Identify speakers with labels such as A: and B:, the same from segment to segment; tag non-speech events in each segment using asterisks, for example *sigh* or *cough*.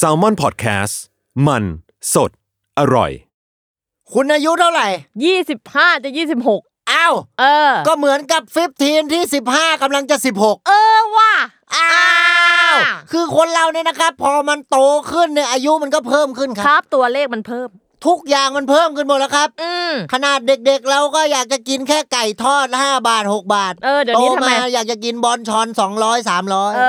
A: s a l m o n PODCAST มัน สด อร่อย
B: คุณอายุเท่าไหร่
C: ยี่สิบห้าจะยี่สิบหก
B: อ้าว
C: เออ
B: ก็เหมือนกับ 15 ที่ 15กำลังจะ 16
C: เออว่ะ
B: อ้าว คือคนเราเนี่ยนะครับ พอมันโตขึ้นเนี่ยอายุมันก็เพิ่มขึ้นค
C: ค
B: รั
C: รับ บตัวเลขมันเพิ่ม
B: ทุกอย่างมันเพิ่มขึ้นหมดแล้วครับ
C: อืม
B: ขนาดเด็กๆ เราก็อยากจะกินแค่ไก่ทอด 5 บาท 6 บาท
C: เออเดี๋ยวนี้
B: โต
C: ทำไม
B: มาอยากจะกินบอลชอน 200
C: เอ
B: 300
C: อ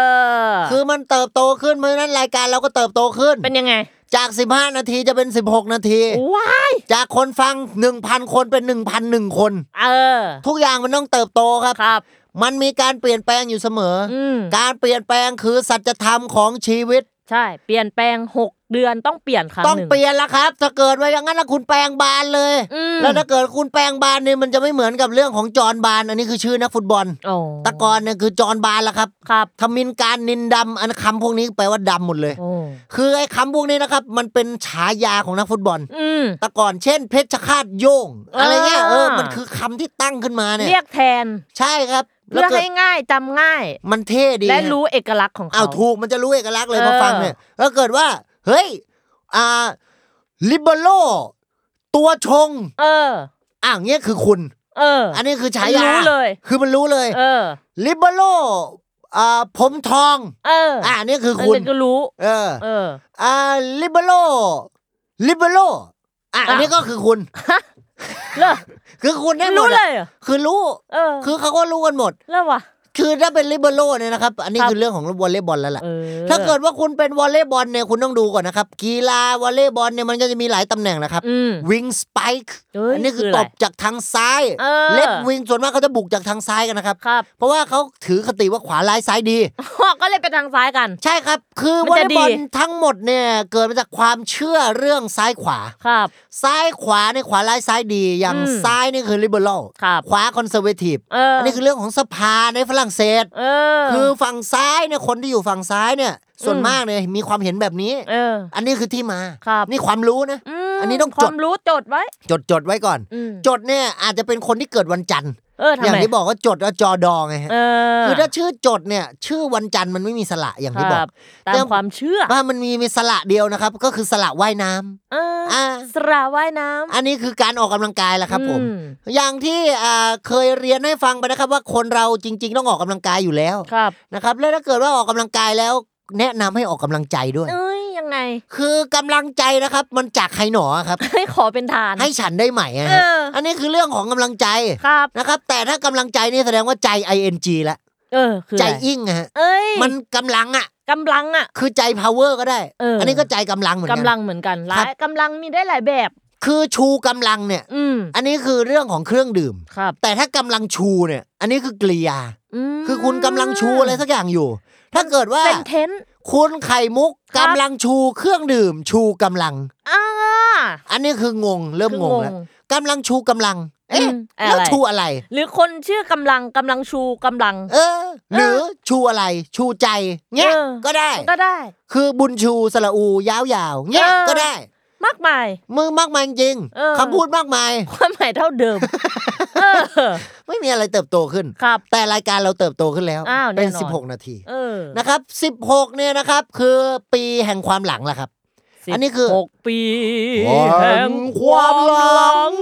B: คือมันเติบโตขึ้นเพราะฉะนั้นรายการเราก็เติบโตขึ้น
C: เป็นยังไง
B: จาก 15 นาทีจะเป็น 16 นาที
C: ว้าย
B: จากคนฟัง 1,000 คนเป็น 1,001 คน
C: เออ
B: ทุกอย่างมันต้องเติบโตครับ
C: ครับ
B: มันมีการเปลี่ยนแปลงอยู่เสมออ
C: อืม
B: การเปลี่ยนแปลงคือสัจธรรมของชีวิต
C: ใช่ เปลี่ยนแปลงหกเดือนต้องเปลี่ยนครั้ง
B: ต้อง
C: หนึ่ง
B: เปลี่ยนละครับ ถ้าเกิดไว้อย่างนั้นนะคุณแปลงบานเลย
C: อืม
B: แล้วถ้าเกิดคุณแปลงบานเนี่ยมันจะไม่เหมือนกับเรื่องของจอห์นบาน อันนี้คือชื่อนักฟุตบอล
C: อ๋อ
B: ตะกอนเนี่ยคือจอห์นบานละครับ
C: ครับ
B: ทมินการนินดำอันคำพวกนี้แปลว่าดำหมดเลย
C: โอ้
B: คือไอ้คำพวกนี้นะครับ มันเป็นฉายาของนักฟุตบอล
C: อืม
B: ตะก่อนเช่น เพชรฆาตโย่งอะไรเงี้ย
C: อ่า
B: เออมันคือคำที่ตั้งขึ้นมาเนี่ย
C: เรียกแทน
B: ใช่ครับแล้
C: เพื่
B: ว
C: อ
B: เกิด
C: ให้ง่ายจำง่าย
B: มันเท่ดี
C: และ
B: ฮะ
C: รู้เอกลักษณ์ของเขา
B: เอาถูกมันจะรู้เอกลักษณ์เลยพอ
C: เออ
B: ฟังเนี่ยถ้าเกิดว่า เฮ้ย อ่าลิเบโรตัวชง
C: เออ
B: อ่ะเงี้ยคือคุณ
C: เอออ
B: อันนี้คือฉายา
C: รู้
B: รู้
C: เลย
B: คือมันรู้เลย
C: เออ
B: ลิเบโรอ่าผมทอง
C: เออ
B: อ่ะ
C: อ่ะ
B: อันนี้คือ
C: อัน
B: คุณ
C: นี้ก็รู้
B: เออ
C: เออ
B: อ่าลิเบโรลิเบโรอ่ะอันนี้ก็คือคุณ
C: เลอะ
B: คือคุณแน่น
C: รู้
B: อน
C: เลยเหรอ
B: คือรู้
C: เออ
B: คือเขาก็รู้กันหมด
C: เลอะว่ะ
B: คือถ้าเป็นลิเบโรเนี่ยนะครับ อันนี้
C: ครับ
B: คือเรื่องของวอลเลย์บอลแล้วล่ะ
C: เออ
B: ถ้าเกิดว่าคุณเป็นวอลเลย์บอลเนี่ยคุณต้องดูก่อนนะครับ กีฬาวอลเลย์บอลเนี่ยมันก็จะมีหลายตำแหน่งนะครับ
C: อืม
B: วิงสไปค์
C: เอ้ย
B: อันนี้คื
C: คือ ออะไร
B: ตบจากทางซ้าย
C: เออ
B: เลฟวิงส่วนมากเขาจะบุกจากทางซ้ายกันนะครับ
C: ครับ
B: เพราะว่าเขาถือคติว่าขวาร้ายซ้าย
C: *laughs*
B: ดี
C: ก็เลยไปทางซ้ายกัน
B: ใช่ครับ คือวอ
C: มัน
B: ลเลย์
C: จะดี
B: บอลทั้งหมดเนี่ยเกิดมาจากความเชื่อเรื่องซ้ายขวา
C: ครับ
B: ซ้ายขวาเนี่ยขวาร้ายซ้ายดี อย่าง
C: อืม
B: ซ้ายนี่คือลิเบอรัล
C: ครับ
B: ขวาคอนเซอร์เวทีฟ
C: เออ
B: อั
C: อั
B: นนี้คือเรื่องของสภาในฝรั่งเศส
C: เออ
B: คือฝั่งซ้ายเนี่ยคนที่อยู่ฝั่งซ้ายเนี่ยส่วน
C: อืม
B: มากเนี่ยมีความเห็นแบบนี้
C: เออ
B: อันนี้คือที่มา
C: ครับ
B: นี่ความรู้นะ
C: ม
B: อันนี้ต้องจ
C: ควา
B: ด
C: มรู้จดไว้
B: จดจดไว้ก่อน
C: อืม
B: จดเนี่ยอาจจะเป็นคนที่เกิดวันจันทร์
C: เออทำ
B: อย่าง
C: ไม
B: ที่บอกว่าจดแล้วจอดอไงฮะ
C: เออ
B: คือถ้าชื่อจดเนี่ย ชื่อวันจันทร์มันไม่มีสระอย่างที่บอ
C: ครั
B: ก
C: ตามความเชื่อ
B: ว่ามันมีมีสระเดียวนะครับ ก็คือสระว่ายน้ำ
C: เออ
B: อ่า
C: สระว่ายน้ำ
B: อันนี้คือการออกกำลังกายแหละครับผม
C: อืม
B: อย่างที่อ่าเคยเรียนให้ฟังไปนะครับ ว่าคนเราจริง ๆ ต้องออกกำลังกายอยู่แล้ว
C: ครับ
B: นะครับ แล้วถ้าเกิดว่าออกกำลังกายแล้ว แนะนำให้ออกกำลังใจด้วย
C: เอ้ยยัง *laughs* ไง
B: คือกำลังใจนะครับ มันจากใครหนอครับ
C: ให้ขอเป็นทาน
B: ให้ฉันได้ไหมอะ
C: เอ
B: ฮะ
C: ออั
B: อันนี้คือเรื่องของกำลังใจ
C: ครับ
B: นะครับแต่ถ้ากำลังใจนี่แสดงว่าใจ ing ละ
C: เออ คือ
B: ใจ
C: อะไร
B: อิ่งอะฮะ
C: เอ้ย
B: มันกำลังอะ
C: กำลังอ่ะ
B: คือใจ power ก็ได้
C: เอออั
B: อันนี้ก็ใจกำลังเหมือนกั
C: กำลังเหมือนกันห
B: ครั
C: ลา
B: บ
C: ยกำลังมีได้หลายแบบ
B: คือชูกำลังเนี่ย
C: อืม
B: อันนี้คือเรื่องของเครื่องดื่ม
C: ครับ
B: แต่ถ้ากำลังชูเนี่ย อันนี้คือกริยา
C: อืม
B: คือคุณกำลังชูอะไรสักอย่างอยู่ ถ้าเกิดว่า
C: เป็นเทนต์
B: คุณไข่มุก
C: ครั
B: กำ
C: บ
B: ลังชูเครื่องดื่ม ชูกำลัง
C: อ่า
B: อันนี้คืองงเริ่มงงแล้ว
C: คืองง
B: กำลังชูกำลัง เอ๊ะ
C: อืมอะไร
B: แล้วชูอะไร
C: หรือคนชื่อกำลังกำลังชูกำลัง
B: เออ หรือชูอะไร ชูใจเงี้ย
C: เออ
B: ก็ได้
C: ก็ได้
B: คือบุญชูสระอูยาวยาวๆเงี้ย
C: เออ
B: ก็ได้
C: มากมาย *laughs*
B: มือมากมายจริง
C: เออ
B: คำพูดมากมาย
C: ความหมายเท่าเดิ
B: *laughs*
C: ม เออ
B: ไม่มีอะไรเติบโตขึ้น
C: ครับ
B: แต่รายการเราเติบโตขึ้นแล้ว
C: อ้าว
B: เป็น
C: แน่นอน
B: 16 นาที
C: เออ
B: นะครับ 16 เนี่ยนะครับ คือปีแห่งความหลังแหละครับ อันนี้คือ
C: หกปี แห่งความหลัง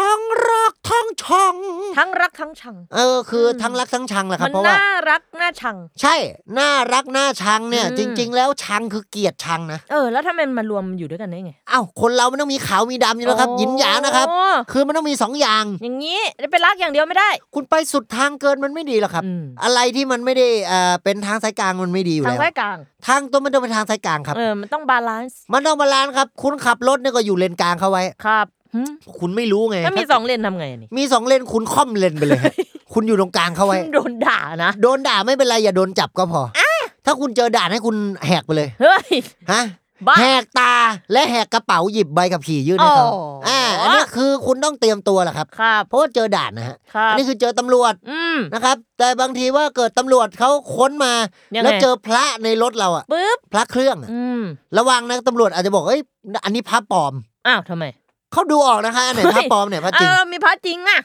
B: ทั้งรักทั้งชัง
C: ทั้งรักทั้งชัง
B: เออคืออ
C: ม
B: ทั้งรักทั้งชังแหละครับ
C: มัน
B: เพราะว่า
C: น่ารักน่าชัง
B: ใช่ น่ารักน่าชังเนี่ย
C: อืม
B: จริง ๆ แล้วชังคือเกลียดชังนะ
C: เออ แล้วทำไมมันมารวมอยู่ด้วยกันได้ไง
B: อ้าวคนเรามันต้องมีขาวมีดำอยู่แล้วครับ
C: โอ้
B: หยินหยางนะครับ คือมันต้องมีสองอย่าง
C: อย่างนี้จะไปรักอย่างเดียวไม่ได้
B: คุณไปสุดทางเกินมันไม่ดีหรอกครับ
C: อืม
B: อะไรที่มันไม่ได้เอ่อเป็นทางสายกลางมันไม่ดีอยู่
C: ทา
B: แล้
C: ง
B: ว
C: สายกลาง
B: ทางตัวมันต้องเป็นทางสายกลางครับ
C: เออ มันต้องบาลานซ์
B: มันต้องบาลานซ์ครับ คุณขับรถเนี่ยก็อยู่เลนกลางเข้าไว้
C: ครับหึ
B: คุณไม่รู้ไง
C: ถ้ามีสองเลนทำไงนี่
B: มีสองเลนคุณค่อม
C: *laughs*
B: เลนไปเลยฮะ คุณอยู่ตรงกลางเข้าไว้
C: โดนด่านะ
B: โดนด่าไม่เป็นไรอย่าโดนจับก็พออ ถ้าคุณเจอด่านให้คุณแหกไปเลย
C: เฮ้ย
B: ฮะ
C: บ้า
B: แหกตาและแหกกระเป๋าหยิบใบขับขี่ยื่นให้เขา
C: อ๋ออ่
B: อ่าอันนี้คือคุณต้องเตรียมตัวแหละครับ
C: ครับ
B: เพราะว่าเจอด่านนะฮะ
C: ครับ
B: อันนี่คือเจอตำรวจ
C: อืม
B: นะครับ แต่บางทีว่าเกิดตำรวจเขาค้นมา
C: ยังไง
B: แล้วเจอพระในรถเราอะ
C: ปึ๊บ
B: พระเครื่องอะ
C: อืม
B: ระวังนะตำรวจอาจจะบอกเอ้ยอันนี้พระปลอม
C: อ้าวทำไม
B: เขาดูออกนะคะอันไหนพระปลอมไหนพระจริง
C: อ้าวมีพระจริงอ่ะ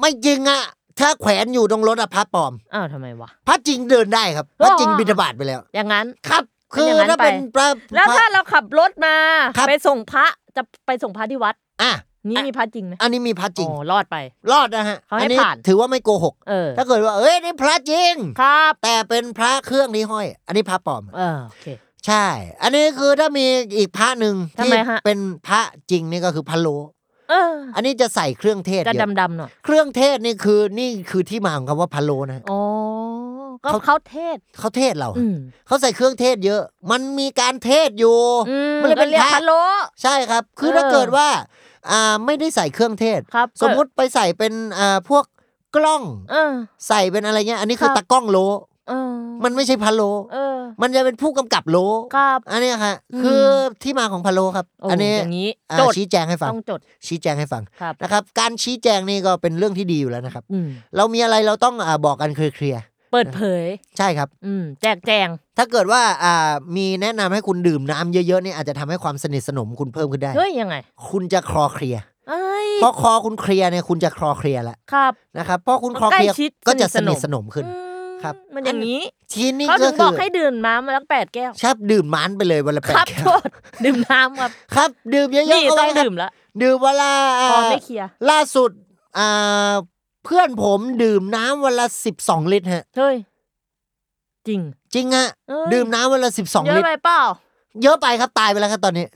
B: ไม่จริงอะถ้าแขวนอยู่ตรงรถอะพระปลอม
C: อ้าวทำไมวะ
B: พระจริงเดินได้ครับ พระจริง
C: อ๋อ
B: บิณฑบาตไปแล้ว
C: อย่างนั้น
B: ครับ
C: เป็
B: คือ
C: นอย่างนั้น
B: ถ้าเป็น
C: ไป
B: พระ
C: แล้ว
B: พ
C: ถ้า
B: ระ
C: เราขับรถมา
B: ครับ
C: ไปส่งพระจะไปส่งพระที่วัด
B: อ่ะ
C: นี่มีพระจริงไหม
B: อันนี้มีพระจริง
C: อ๋อรอดไป
B: รอดนะฮะ
C: เขาให้
B: อันี้
C: ผ่าน
B: ถือว่าไม่โกหก
C: เออ
B: ถ้าเกิดว่า เอ้ยนี่พระจริง
C: ครับ
B: แต่เป็นพระเครื่องนี้ห้อย อันนี้พระปลอม
C: เออโอเค
B: ใช่ อันนี้คือถ้ามีอีกพระหนึ่ง
C: ทำไมฮะ
B: เป็นพระจริงนี่ก็คือพะโล
C: เออ
B: อันนี้จะใส่เครื่องเทศ
C: จะ
B: เยอะ
C: ดำๆหน่อย
B: เครื่องเทศนี่คือนี่คือที่มาของคำว่าพะโลนะฮะ
C: อ๋อก็
B: เขา
C: เขาเทศ
B: เขาเทศเรา
C: อืม
B: เขาใส่เครื่องเทศเยอะ มันมีการเทศอยู่
C: อืม
B: มันเลย
C: ก็
B: เป็น
C: เรียก
B: พระ
C: พะโล
B: ใช่ครับ คือ
C: เออ
B: ถ้าเกิดว่าอ่าไม่ได้ใส่เครื่องเทศ
C: ครับ
B: สมมุติไปใส่เป็นอ่าพวกกล้อง
C: เออ
B: ใส่เป็นอะไรเงี้ย อันนี้คือ
C: ครับ
B: ตะกล้องโล
C: เออ
B: มันไม่ใช่พะโล
C: เออ
B: มันจะเป็นผู้กำกับโล
C: ครับ
B: อันเนี้ยค่ะ
C: อืม
B: คือที่มาของพะโลครับ
C: โอ้
B: อันนี้
C: อย่างนี้
B: อ่า
C: จด
B: ชี้แจงให้ฟัง
C: ต้องจด
B: ชี้แจงให้ฟัง
C: ครับ
B: นะครับ การชี้แจงนี่ก็เป็นเรื่องที่ดีอยู่แล้วนะครับ
C: อืม
B: เรามีอะไรเราต้องอาบอกกันเคลียร์
C: เปิดเผย
B: ๆใช่ครับ
C: อืม แจกแจง
B: ถ้าเกิดว่าอ่ามีแนะนำให้คุณดื่มน้ำเยอะๆนี่อาจจะทำให้ความสนิทสนมคุณเพิ่มขึ้นได้
C: เฮ้ยยังไง
B: คุณจะคลอเคลียร์
C: เอ้ย
B: พอคอคุณเคลียร์เนี่ยคุณจะคลอเคลียร์แล้ว
C: ครับ
B: นะครับพอคุณคลอ
C: ใกล้
B: เคลียร์
C: ชิด
B: ก็จะ
C: ส
B: ส
C: นิ
B: นิ
C: ท
B: ท
C: ส
B: ส
C: น
B: น
C: ม
B: มขึ้น
C: อืม
B: ครับ
C: มันอย่างนี้
B: ทีนี้
C: เขา
B: ก็
C: ถึง
B: คื
C: บอก
B: อ
C: ให้ดื่มน้ำมาแล้วแปดแก้ว
B: ชอบดื่มมันไปเลยวันละแป
C: ค
B: ด
C: รับ
B: แก้
C: โท
B: ว
C: ษดื่มน้ำครับ
B: ครับ ดื่มเยอะ
C: นี่
B: ๆเอา
C: ต้
B: ไว้
C: อง
B: ครับ
C: ดื่มละ
B: ดื่มเวลา
C: พอไม่เคลียร์
B: ล่าสุดอ่าเพื่อนผมดื่มน้ำวันละสิบสองลิตรฮะ
C: เฮ้ยจริง
B: จริงฮะ
C: เอ้ย
B: ดื่มน้ำวันละสิบสอง
C: เยอะ
B: ลิตร
C: ไปเปล่า
B: เยอะไปครับตายไปแล้วครับตอนนี้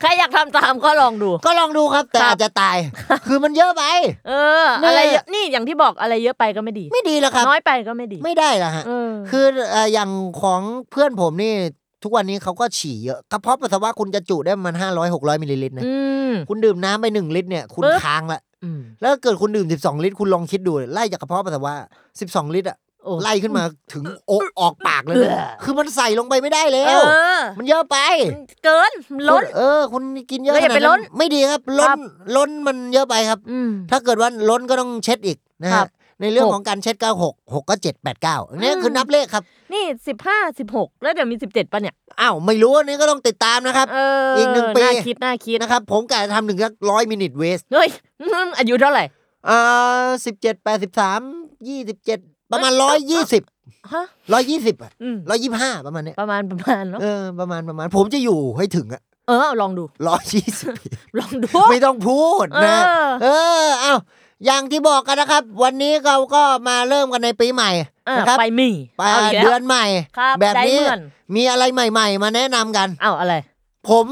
C: ใครอยากทำตามก็ลองดู
B: ก็ลองดูครับแต่
C: ครับ
B: อาจจะตาย *laughs* คือมันเยอะไป
C: เออ
B: เนี่ย
C: อะไรเยอะนี่อย่างที่บอกอะไรเยอะไปก็ไม่ดี
B: ไม่ดีแล้วครับ
C: น้อยไปก็ไม่ดี
B: ไม่ได้ละฮะ
C: เออ
B: คือเอ่ออย่างของเพื่อนผมนี่ ทุกวันนี้เขาก็ฉี่เยอะกระเพาะปัสสาวะคุณจะจุได้ประมันห้าร้อยหกร้อยมิลลิลิตรนะ
C: อืม
B: คุณดื่มน้ำไปหนึ่งลิตรเนี่ยคุณ
C: ปึ๊บ
B: ค้างละ
C: อืม
B: แล้วเกิดคุณดื่มสิบสองลิตรคุณลองคิดดูไล่จากกระเพาะปัสสาวะสิบสองลิตรอะ
C: โอ้
B: ไล่ขึ้นมาถึงโอะออกปากเลย
C: เออ
B: นะคือมันใส่ลงไปไม่ได้แล้
C: เอ
B: ว
C: อ
B: มันเยอะไป
C: มันเกินล้น
B: คุณเออ คุณกินเยอะ
C: แล้วอย่า
B: ขด
C: ไปล้น
B: ไม่ดีครับล้
C: ครั
B: น
C: บ
B: ล้นมันเยอะไปครับ
C: อืม
B: ถ้าเกิดว่าล้นก็ต้องเช็ดอีกนะ
C: ครั
B: ฮะ
C: บ
B: ในเรื่อง
C: หก
B: ของการเช็ดก็หกหกก็เจ็ดแปดเก้าอันนี้คืออ
C: ม
B: นับเลขครับ
C: นี่สิบห้าสิบหกแล้วเดี๋ยวมีสิบเจ็ดป่ะเนี่ย
B: อ้าวไม่รู้อันนี้ก็ต้องติดตามนะครับ
C: เออ
B: อี
C: อี
B: กหนึ่งปี
C: น่าคิดน่าคิด
B: นะครับ ผมกะจะทำหนึ่งร้อยมินิทเวส
C: เฮ้ย *laughs* อายุเท่าไหร่
B: อ่าสิบเจ็ดแปดสิบสามยี่สิบเจ็ดประมาณร้อยยี่สิบ
C: ฮะ
B: ร้อยยี่สิบ
C: อืม
B: ร้อยยี่ห้าประมาณเนี้ย
C: ประมาณประมาณเนาะ
B: เออประมาณประมาณ ผมจะอยู่ให้ถึงอะ
C: เออ ลองดู
B: ร้อยยี่
C: *laughs*
B: สิบ
C: ลองดู
B: ไม่ต้องพูดนะ
C: เออ
B: เออเอาอย่างที่บอกกันนะครับ วันนี้เราก็มาเริ่มกันในปีใหม่
C: อ่ะ
B: นะครับ
C: ไปหมี
B: ไป
C: าากแล้ว
B: เดือนใหม่
C: ครับ
B: แบบ
C: ได้
B: นี้
C: เหมือน
B: มีอะไรใหม่ ๆ มาแนะนำกัน
C: อ้าวอะไร
B: ผม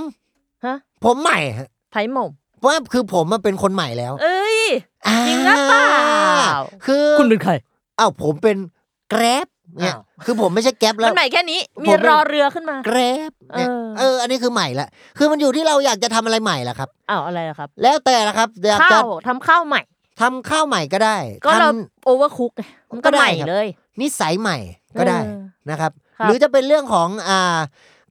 C: ฮะ
B: ผมใหม่ฮะ
C: ไผ่หม่ม
B: เพราะว่าคือผมมันเป็นคนใหม่แล้ว
C: เอ้ย จริงหรือ
B: นะ
C: เปล่า
B: คือ
C: คุณเป็นใคร
B: เอ้าวผมเป็นแกร็บเนี่ย
C: อ้าว
B: คือผมไม่ใช่แกร็บแล้
C: มั
B: ว
C: นใหม่แค่นี้ มี
B: ผมเป็น
C: รอเรือขึ้นมา
B: แกร็บเนี่ย
C: เออ
B: เออ อันนี้คือใหม่ละคือมันอยู่ที่เราอยากจะทำอะไรใหม่ละครับ
C: อ้าวอะไรล่ะครับ
B: แล้วแต่ละครับอยากจะ
C: ข้าวทำข้าวใหม่
B: ทำข้าวใหม่ก็ได้
C: ก็เรา
B: ท
C: โอเวอร์คุกไงมันก็
B: ก็ได้
C: ใหม่
B: ครับ
C: เลย
B: ำนิสัยใหม่ก็ได้
C: เออ
B: นะครับ
C: ครั
B: ห
C: บ
B: รือจะเป็นเรื่องของอ่า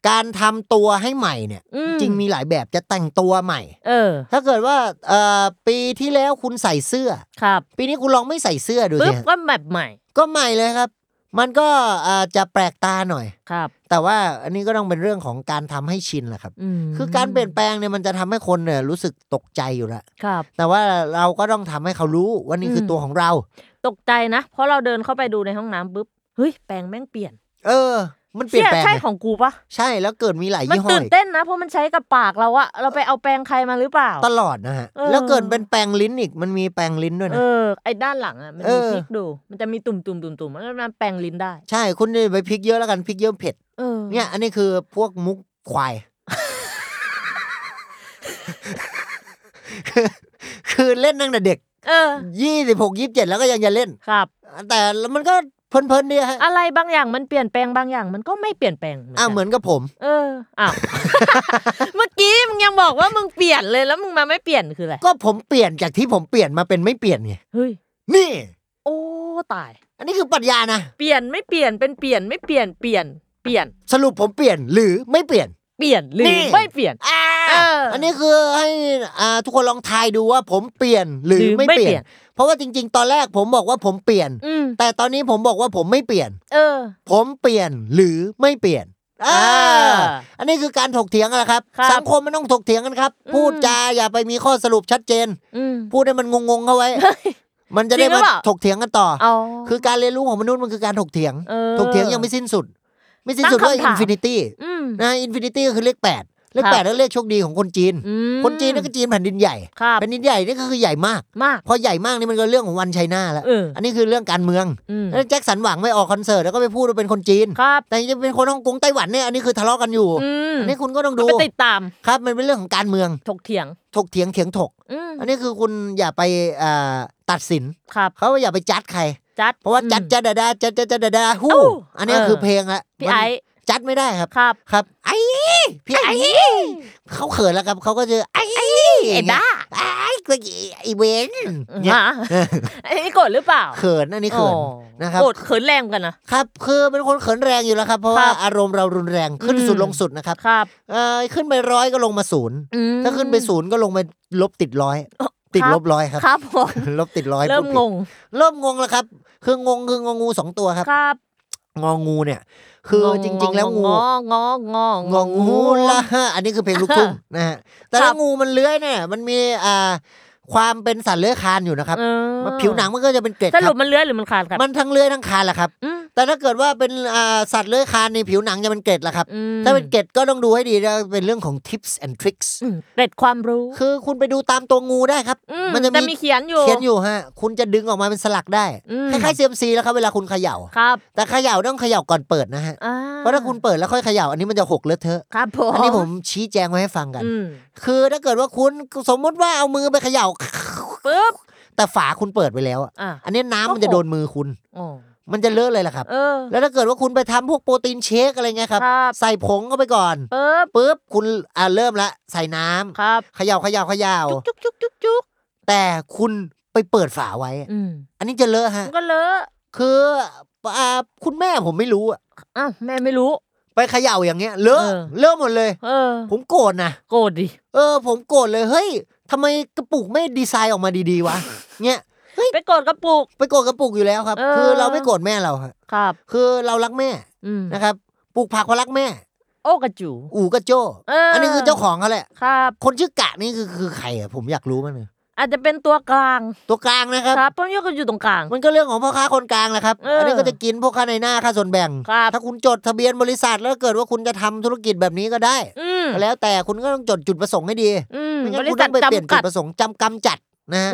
B: การทำตัวให้ใหม่เนี่ย
C: อื
B: จริงมีหลายแบบจะแต่งตัวใหม่
C: เออ
B: ถ้าเกิดว่าเอ่อปีที่แล้วคุณใส่เสื้อ
C: ครับ
B: ปีนี้คุณลองไม่ใส่เสื้อดูสิ
C: ปึ๊บ
B: ฮะ
C: ก็แบบใหม่
B: ก็ใหม่เลยครับ มันก็อ่าจะแปลกตาหน่อย
C: ครับ
B: แต่ว่าอันนี้ก็ต้องเป็นเรื่องของการทำให้ชินแหละครับ
C: อืม
B: คือการเปลี่ยนแปลงเนี่ยมันจะทำให้คนเนี่ยรู้สึกตกใจอยู่แล้ว
C: ครับ
B: แต่ว่าเราก็ต้องทำให้เขารู้ว่านี่คืออ
C: ม
B: ตัวของเรา
C: ตกใจนะ เพราะเราเดินเข้าไปดูในห้องน้ำปึ๊บเฮ้ยแปลงแม่งเปลี่ยน
B: เออ มันเปลี่ยนแปลง
C: ชี่ใช่
B: ไง
C: ของกูปะ
B: ใช่แล้วเกิดมีหลาย
C: มัน
B: ยี่ห้อ
C: ตื่น
B: อีก
C: เต้นนะเพราะมันใช้กับปากเราอะเราไปเอาแปลงใครมาหรือเปล่า
B: ตลอดนะฮะ
C: เออ
B: แล้วเกิดเป็นแปรงลิ้นอีกมันมีแปรงลิ้นด้วย
C: เอ
B: นะ
C: อไอ้ด้านหลังอ่ะมัน
B: เอ
C: มี
B: อ
C: พริกดู มันจะมีตุ่มตุ่มตุ่มตุ่มแล้วมันแปรงลิ้นได้
B: ใช่คุณเนี่ยไปพริกเยอะแล้วกันพริกเยอะเผ็ด
C: เออ
B: เนี่ยอันนี้คือพวกมุกค
C: *laughs*
B: วาย คือคือเล่นตั้งแต่เด็ก
C: เออ
B: ยี่สิบหกยี่สิบเจ็ดแล้วก็ยังจะเล่น
C: ครับ
B: แต่มันก็เพลินๆดีฮะ
C: อะไรบางอย่างมันเปลี่ยนแปลงบางอย่างมันก็ไม่เปลี่ยนแปลง
B: อ่าเหมือนกับผม
C: เอออ้าว *laughs* เมื่อกี้มึงยังบอกว่ามึงเปลี่ยนเลยแล้วมึงมาไม่เปลี่ยนคืออะไร
B: ก็ผมเปลี่ยนจากที่ผมเปลี่ยนมาเป็นไม่เปลี่ยนไง
C: เฮ้ย
B: นี่
C: โอ้ตาย
B: อั อันนี้คือปรัชญานะ
C: เปลี่ยนไม่เปลี่ยนเป็นเปลี่ยนไม่เปลี่ยนเปลี่ยนเปลี่ยน
B: สรุปผมเปลี่ยนหรือไม่เปลี่ยน
C: เปลี่ยนหรื
B: นี่
C: อไม่เปลี่ยน
B: อ่า
C: เอออั
B: นนี้คือให้อ่าทุกคนลองทายดูว่าผมเปลี่ยนหรือ
C: หรือไม่
B: ไม่เปลี่ย
C: เปลี่
B: น
C: ยน
B: เพราะว่าจริง ๆ ตอนแรกผมบอกว่าผมเปลี่ยน
C: อืม
B: แต่ตอนนี้ผมบอกว่าผมไม่เปลี่ยน
C: เออ
B: ผมเปลี่ยนหรือไม่เปลี่ยนอ่า
C: อ่า
B: อันนี้คือการถกเถียงกันแหละครับ
C: ครับ
B: สังคมมันต้องถกเถียงกันครับ
C: อืม
B: พูดจาอย่าไปมีข้อสรุปชัดเจน
C: อืม *laughs*
B: พูดให้มันงงๆเข้าไว้ มันจะได้
C: จริงหรื
B: มา
C: อเปล่า
B: ถกเถียงกันต่ออ
C: เอา
B: คือการเรียนรู้ของมนุษย์มันคือการถกเถียง
C: เออ
B: ถกเถียงยังไม่สิ้นสุด ไม่สิ้นสุด
C: ตั้ง
B: ด้วยอิ
C: คำถาม
B: นฟินิตี้
C: อืม
B: นะอินฟินิตี้ก็คือเลขแปดเลข
C: ครับ
B: แปดก็เลขโชคดีของคนจีน
C: อืม
B: คนจีนนี่ก็จีนแผ่นดินใหญ่
C: ครับ
B: แผ่นดินใหญ่นี่ก็คือใหญ่มาก
C: มาก
B: พอใหญ่มากนี่มันก็เรื่องของวันไชน่าแล้ว
C: เอออั
B: นนี้คือเรื่องการเมือง
C: อืม
B: แล้วแจ็คสันหวังไม่ออกคอนเสิร์ตแล้วก็ไปพูดว่าเป็นคนจีน
C: ครับ
B: แต่จะเป็นคนฮ่องกงไต้หวันเนี่ยอันนี้คือทะเลาะกันอยู่
C: อืม
B: อันนี้คุณก็ต้องดู
C: ไปติดตาม
B: ครับมันเป็นเรื่องของการเมือง
C: ถกเถียง
B: ถกเถียงเถียงถก
C: อืม
B: อันนี้คือคุณอย่าไปอ่าตัดสิน
C: ครับ
B: เขาว่าอย่าไปจัดใคร
C: จัด
B: เพราะว่า
C: อืม
B: จัดจัดดาดาจัดจัดจัดดาดาฮู้
C: เอ้า
B: อันนี้
C: เออ
B: คือเพลงละ
C: พี่
B: มัน
C: ไอ้
B: จัดไม่ได้ครับ
C: ครับ
B: ครับไอ้พี่ไอ้เขาเขินแล้วครับเขาก็จะไอ้
C: เอ็ดด้า
B: ไอ้ก็ไอ้เวนเนี่ย *laughs*
C: ฮะไอ้นี่โกรธหรือเปล่า
B: เขินอันนี้เขิน
C: โอ้
B: นะครับ
C: โกรธเขินแรงเหมือนกันนะ
B: ครับคือเป็นคนเขินแรงอยู่แล้วครับ เพราะว่า
C: ครับ
B: อารมณ์เรารุนแรงขึ้น
C: อืม
B: สุดลงสุดนะครับ
C: ครับ
B: เอ่อขึ้นไปร้อยก็ลงมาศูนย์
C: อืม
B: ถ้าขึ้นไปศูนย์ก็ลงไปลบติดร้อย
C: ครับ
B: ติดลบร้อยครับ
C: ครับผม
B: ลบติดร้อย
C: เริ่ม
B: พูดผิด
C: งง
B: เริ่มงงแล้วครับ คืองงคืององูสองตัวครับ
C: ครับ
B: งองูเนี่ย คืองจริง ๆ แล้วงู
C: งองององ
B: งองูละฮะอันนี้คือเพลงลูกทุ่งนะฮะแต่ถ้างูมันเลื้อยเนี่ย มันมีอ่าความเป็นสัตว์เลื้อยคลานอยู่นะครับ
C: เออ
B: ผิวหนังมันก็จะเป็นเกล็ด
C: ส
B: ค
C: รุ
B: รั
C: ป
B: บ
C: มันเลื้อยหรือมันขาดครับ
B: มันทั้งเลื้อยทั้งคลานแหละครับ
C: อืม
B: แต่ถ้าเกิดว่าเป็นอ่าสัตว์เลื้อยคลานในผิวหนังจะเป็นเกล็ดละครับ
C: อืม
B: ถ้าเป็นเกล็ดก็ต้องดูให้ดีนะเป็นเรื่องของ tips and tricks
C: อืมเกร็ดความรู้
B: คือคุณไปดูตามตัวงูได้ครับ
C: ม
B: มันจะ
C: แต่
B: มี
C: มีเขียนอยู่
B: เขียนอยู่ฮะ คุณจะดึงออกมาเป็นสลักได้
C: อืม
B: คล้ายๆ CMC แล้วครับเวลาคุณเขย่า
C: ครับ
B: แต่เขย่าต้องเขย่าก่อนเปิดนะฮะ
C: อ่
B: เพราะถ้าคุณเปิดแล้วค่อยเขย่าอันนี้มันจะหกเลอะเทอะ
C: ครับผม
B: อันนี้ผมชี้แจงไว้ให้ฟังกัน
C: อืม
B: คือถ้าเกิดว่าคุณสมมุติว่าเอามือไปเขย่า
C: ปึ๊บ
B: แต่ฝาคุณเปิดไปแล้วอะ
C: อ่ะ
B: อันนี้น้ำมัน
C: ก็หก
B: จะโดนมือคุณ
C: อ๋อ
B: มันจะเลอะเลยล่ะครับ
C: เออ
B: แล้วถ้าเกิดว่าคุณไปทำพวกโปรตีนเชคอะไรเงี้ยครับ
C: ครับ
B: ใส่ผงเข้าไปก่อน
C: ปึ๊บ
B: ปุ๊บคุณอ่าเริ่มละใส่น้ำ
C: ครับ
B: เขย่าเขย่าเขย่า
C: จุกจุกจุกจุก
B: แต่คุณไปเปิดฝาไว้อะ
C: อืม
B: อันนี้จะเลอะฮะ
C: มันก็เลอะ
B: คืออ่าคุณแม่ผมไม่รู้อะ
C: อ้าวแม่ไม่รู้
B: ไปเขย่าอย่างเงี้ยเลอะ
C: เออ
B: เลอะหมดเลย
C: เออ
B: ผมโกรธนะ
C: โกรธดิ
B: เออ ผมโกรธเลยเฮ้ยทำไมกระปุกไม่ดีไซน์ออกมาดีๆวะ เนี่ย
C: ไปโกรธกระปุก
B: ไปโกรธกระปุกอยู่แล้วครับ
C: เออ
B: คือเราไม่โกรธแม่เราฮะ
C: ครับ
B: คือเรารักแม่
C: อืม
B: นะครับปลูกผักเพราะรักแม่
C: โอ้กระจู
B: อู่ก็โจ้
C: เอออั
B: อันนี้คือเจ้าของเขาแหละ
C: ครับ
B: คนชื่อกะนี่คือคือใครอะผมอยากรู้มากเลย
C: อาจจะเป็นตัวกลาง
B: ตัวกลางนะครับ
C: ครับเพราะว่าก็อยู่ตรงกลาง
B: มันก็เรื่องของพ่อค้าคนกลางแหละครับ
C: เอออั
B: อันนี้ก็จะกินพวกค่าในหน้าค่าส่วนแบ่ง
C: ครับ
B: ถ้าคุณจดทะเบียนบริษัทแล้วเกิดว่าคุณจะทำธุรกิจแบบนี้ก็ได้
C: อืม
B: แล้วแต่คุณก็ต้องจดจุดประสงค์ให้ดี
C: อืม
B: ไม่
C: บ
B: งั้น
C: ริ
B: คุณ
C: ษั
B: ต้อง
C: ท
B: ไปเปลี่ยนจุ
C: จำกั
B: ด
C: ด
B: ประสงค์จำกำจัดนะ
C: *laughs*
B: ฮะ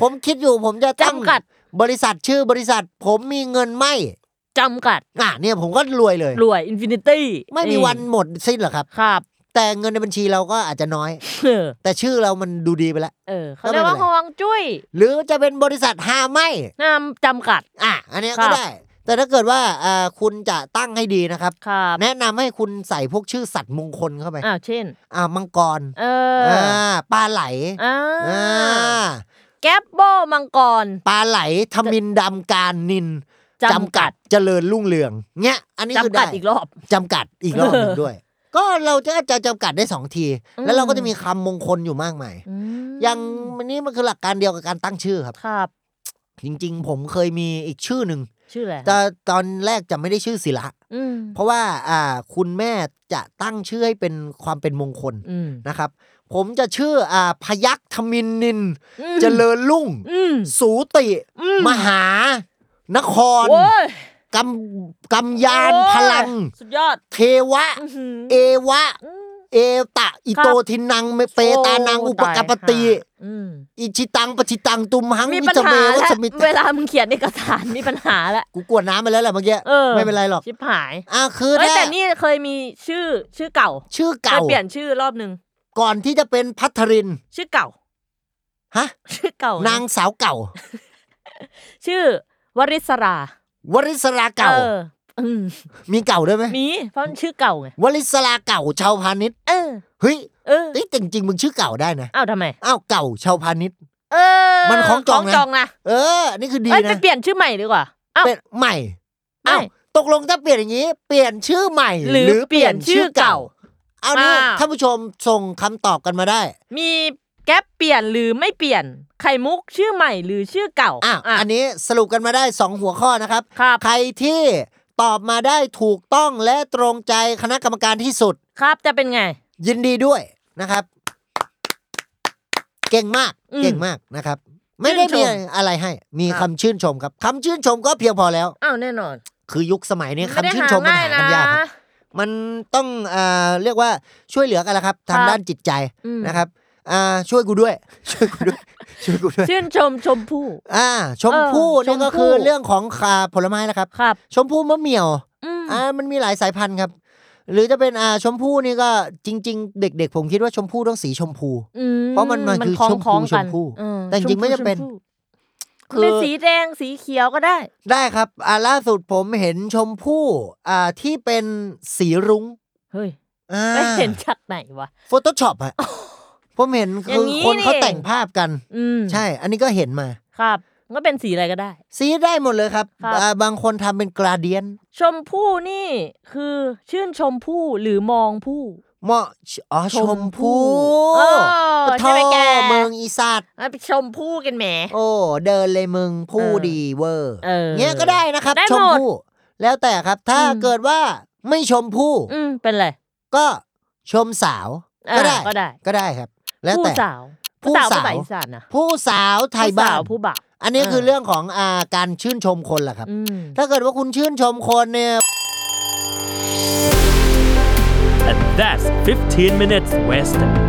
B: ผมคิดอยู่ผมจะตั้ง
C: จำกัด
B: บริษัทชื่อบริษัท ผมมีเงินไม่
C: จำกัด
B: อ่ะเนี่ยผมก็รวยเลย
C: รวยอินฟินิตี้
B: ไม่มีวันหมดสิ้นหรอกครับ
C: ครับ *laughs*
B: แต่เงินในบัญชีเราก็อาจจะน้อย
C: เออ
B: แต่ชื่อเรามันดูดีไปแล้ว
C: เออเขาเรียกว่า
B: ก็ไม่
C: ฮ
B: เป็นไร
C: วงจุ้ย
B: หรือจะเป็นบริษัทหาไม่
C: ห้ามจำกัด
B: อ่ะอันเนี้ย
C: ครั
B: ก็
C: บ
B: ได้ แต่ถ้าเกิดว่าอ่าคุณจะตั้งให้ดีนะครับ
C: ครับ
B: แนะนำให้คุณใส่พวกชื่อสัตว์มงคลเข้าไป
C: อ้าวเช่น
B: อ่ามังกร
C: เอออ
B: ปลาไหล
C: อ่า
B: อ่า
C: แก๊ปโบมังกร
B: ปลาไหลทมินดำการนิน
C: จำกัด
B: เจริญรุ่งเรืองเนี้ยอันนี้คือ
C: จำกั
B: ได้
C: ดอีกรอบ
B: จำกัดอีกรอบหนึ่งด้วย ก็เราจะจะจำกัดได้สองที
C: อืม
B: แล้วเราก็จะมีคำมงคลอยู่มากมาย
C: ม
B: อย่างอันนี้มันคือหลักการเดียวกับการตั้งชื่อครับ
C: ครับ
B: จริง ๆ ผมเคยมีอีกชื่อหนึ่ง
C: ชื่ออะไร
B: แต่ตอนแรกจะไม่ได้ชื่อศิละ
C: อืม
B: เพราะว่าอ่าคุณแม่จะตั้งชื่อให้เป็นความเป็นมงคล
C: อืม
B: นะครับผมจะชื่ออ่าพยัคฆ์ธมินนิน
C: อืม
B: เจริญรุ่ง
C: อืม
B: สูติ
C: อืม
B: มหานคร
C: โอ้ย
B: กำกำยาน
C: โอ้ย
B: พลัง
C: สุดยอด
B: เทวะ
C: อื้อหือ
B: เอวะ
C: อืม
B: เอตะ อิโตทินังเปตานัง
C: โ
B: อุปกปปติ
C: อืม
B: อิชิตังปชิตังตุมหัง
C: มี
B: วิ
C: ปัญ
B: จเม
C: หา
B: วั
C: แล้
B: ส
C: ว
B: มิต
C: เวลามึงเขียนเอกสารมีปัญหาแล้ว
B: กูกวดน้ำไปแล้วแหละเมื่อกี้
C: เออ
B: ไม่เป็นไรหรอก
C: ชิบหาย
B: อ่ะคือ
C: เอ้ย
B: ถ้า
C: แต่นี่เคยมีชื่อชื่อเก่า
B: ชื่อ
C: เค
B: เก่าย
C: เปลี่ยนชื่อรอบหนึ่ง
B: ก่อนที่จะเป็นพัทริน
C: ชื่อเก่า
B: ฮะ
C: ชื่อเก่านะ
B: นางสาวเก่า
C: ชื่อวริศราว
B: ริศราเก่า
C: เอออืม
B: มีเก่าด้วยไหม
C: มีเพราะมันชื่อเก่าไง
B: วลิศลาเก่าชาวพาณิชย์
C: เออ
B: เฮ้ย
C: เออ
B: เอ้ยแต่จริงๆมึงชื่อเก่าได้นะ
C: เอ้าวทำไม
B: อ้าวเก่าชาวพาณิชย์
C: เออ
B: มันคล้องจองนะ
C: นะ
B: เอออันนี่คือดี
C: เอ้ยไป
B: นะ
C: เปลี่ยนชื่อใหม่ดีกว่า อ้าว
B: เป็นใหม่
C: ไม่
B: อ้าวตกลงถ้าเปลี่ยนอย่างนี้ เปลี่ยนชื่อใหม่
C: หรือ
B: เอานี่
C: อ่า
B: ท่านผู้ชมส่งคำตอบกันมาได้
C: มีแก๊ปเปลี่ยนหรือไม่เปลี่ยน ไข่มุกชื่อใหม่หรือชื่อเก่า
B: อ่ะ
C: ะ
B: อันนี้สรุปกันมาได้ 2 หัวข้อนะครับ
C: ครับ
B: ใครที่ตอบมาได้ถูกต้องและตรงใจคณะกรรมการที่สุด
C: ครับจะเป็นไง
B: ยินดีด้วยนะครับ เก่งมาก
C: อืม
B: เก่งมากนะครับ ไม่ได้
C: ชื่
B: มี
C: นชม
B: อะไรให้ มี
C: ครั
B: คำ
C: บ
B: ชื่นชมครับคำชื่นชมก็เพียงพอแล้ว
C: อ้าวแน่นอน
B: คือยุคสมัยนี้คำ
C: ไได้
B: ชื่นชมมันหา
C: ง่
B: กันยากครับ
C: นะ
B: มันต้องเอ่อเรียกว่าช่วยเหลือกันละครับทาง
C: ครับ
B: ด้านจิตใจ
C: อืม
B: นะครับอ่าช่วยกูด้วย *laughs* ช่วยกู
C: *laughs*
B: ด้วย ช่วยกูด้วย
C: ชื่นชมชมพู่
B: อ่าชม
C: เออ
B: พู่นี่ก็
C: ชมพู่
B: คือเรื่องของอ่าผลไม้แล้วครับ
C: ครับ
B: ชมพู่มะเหมี่ยว
C: อืม
B: อ่ามันมีหลายสายพันธุ์ครับ หรือจะเป็นอ่าชมพู่นี่ก็จริง ๆ เด็ก ๆ ผมคิดว่าชมพู่ต้องสีชมพู
C: อื
B: เพราะมันมันคือชมพูชมพู
C: เออ
B: แต่จริงๆไม่จำเป็น
C: ชพู
B: คื
C: ชม
B: อ
C: พูเป็นสีแดงสีเขียวก็ได้
B: ได้ครับอ่าล่าสุดผมเห็นชมพู่อ่าที่เป็นสีรุ้ง
C: เฮ้ย
B: อ่า
C: ไม่เห็นจากไหนวะ
B: โฟโต้ช็อป
C: *laughs*
B: อะผมเห็น
C: อ
B: คื
C: ย่า
B: อง
C: นี้
B: คนเขา
C: นี่เอง
B: แต่งภาพกัน
C: อืม
B: ใช่ อันนี้ก็เห็นมา
C: ครับก็เป็นสีอะไรก็ได้
B: ซีได้หมดเลยครับ
C: ครับ
B: อ่าบางคนทำเป็นกราเดียน
C: ชมพู่นี่คือชื่นชมพู่หรือมองผู้
B: เหมาะชอ๋อชมพู่
C: เออ
B: ปะ
C: ใช่ไหมแก
B: เมืองอีสัตว์
C: เอาไปชมพู่กันแหม
B: โอ้ เดินเลยมึงผู้
C: เออ
B: ดีเวอร์
C: เออ
B: เงี้ยก็ได้นะครับ
C: ได้หมด
B: ชมพู่ แล้วแต่ครับ ถ้า
C: อืม
B: เกิดว่าไม่ชมพู่
C: อืมเป็นไร
B: ก็ชมสาว
C: อ่า
B: ก็ได้
C: ก็ได้
B: ก็ได้ครับ แล้ว
C: ผู้
B: แต่
C: สาว
B: ผู้
C: ผู้สาว
B: สาว
C: ภาษาอีสานนะ
B: ผู้สาวไทย
C: ผู้
B: บ้า
C: สาน วผู้บ่าว
B: อันนี้คือเรื่องของอาการชื่นชมคนแหละครับ
C: อืม
B: ถ้าเกิดว่าคุณชื่นชมคนเนี่ย
D: And that's 15 minutes west.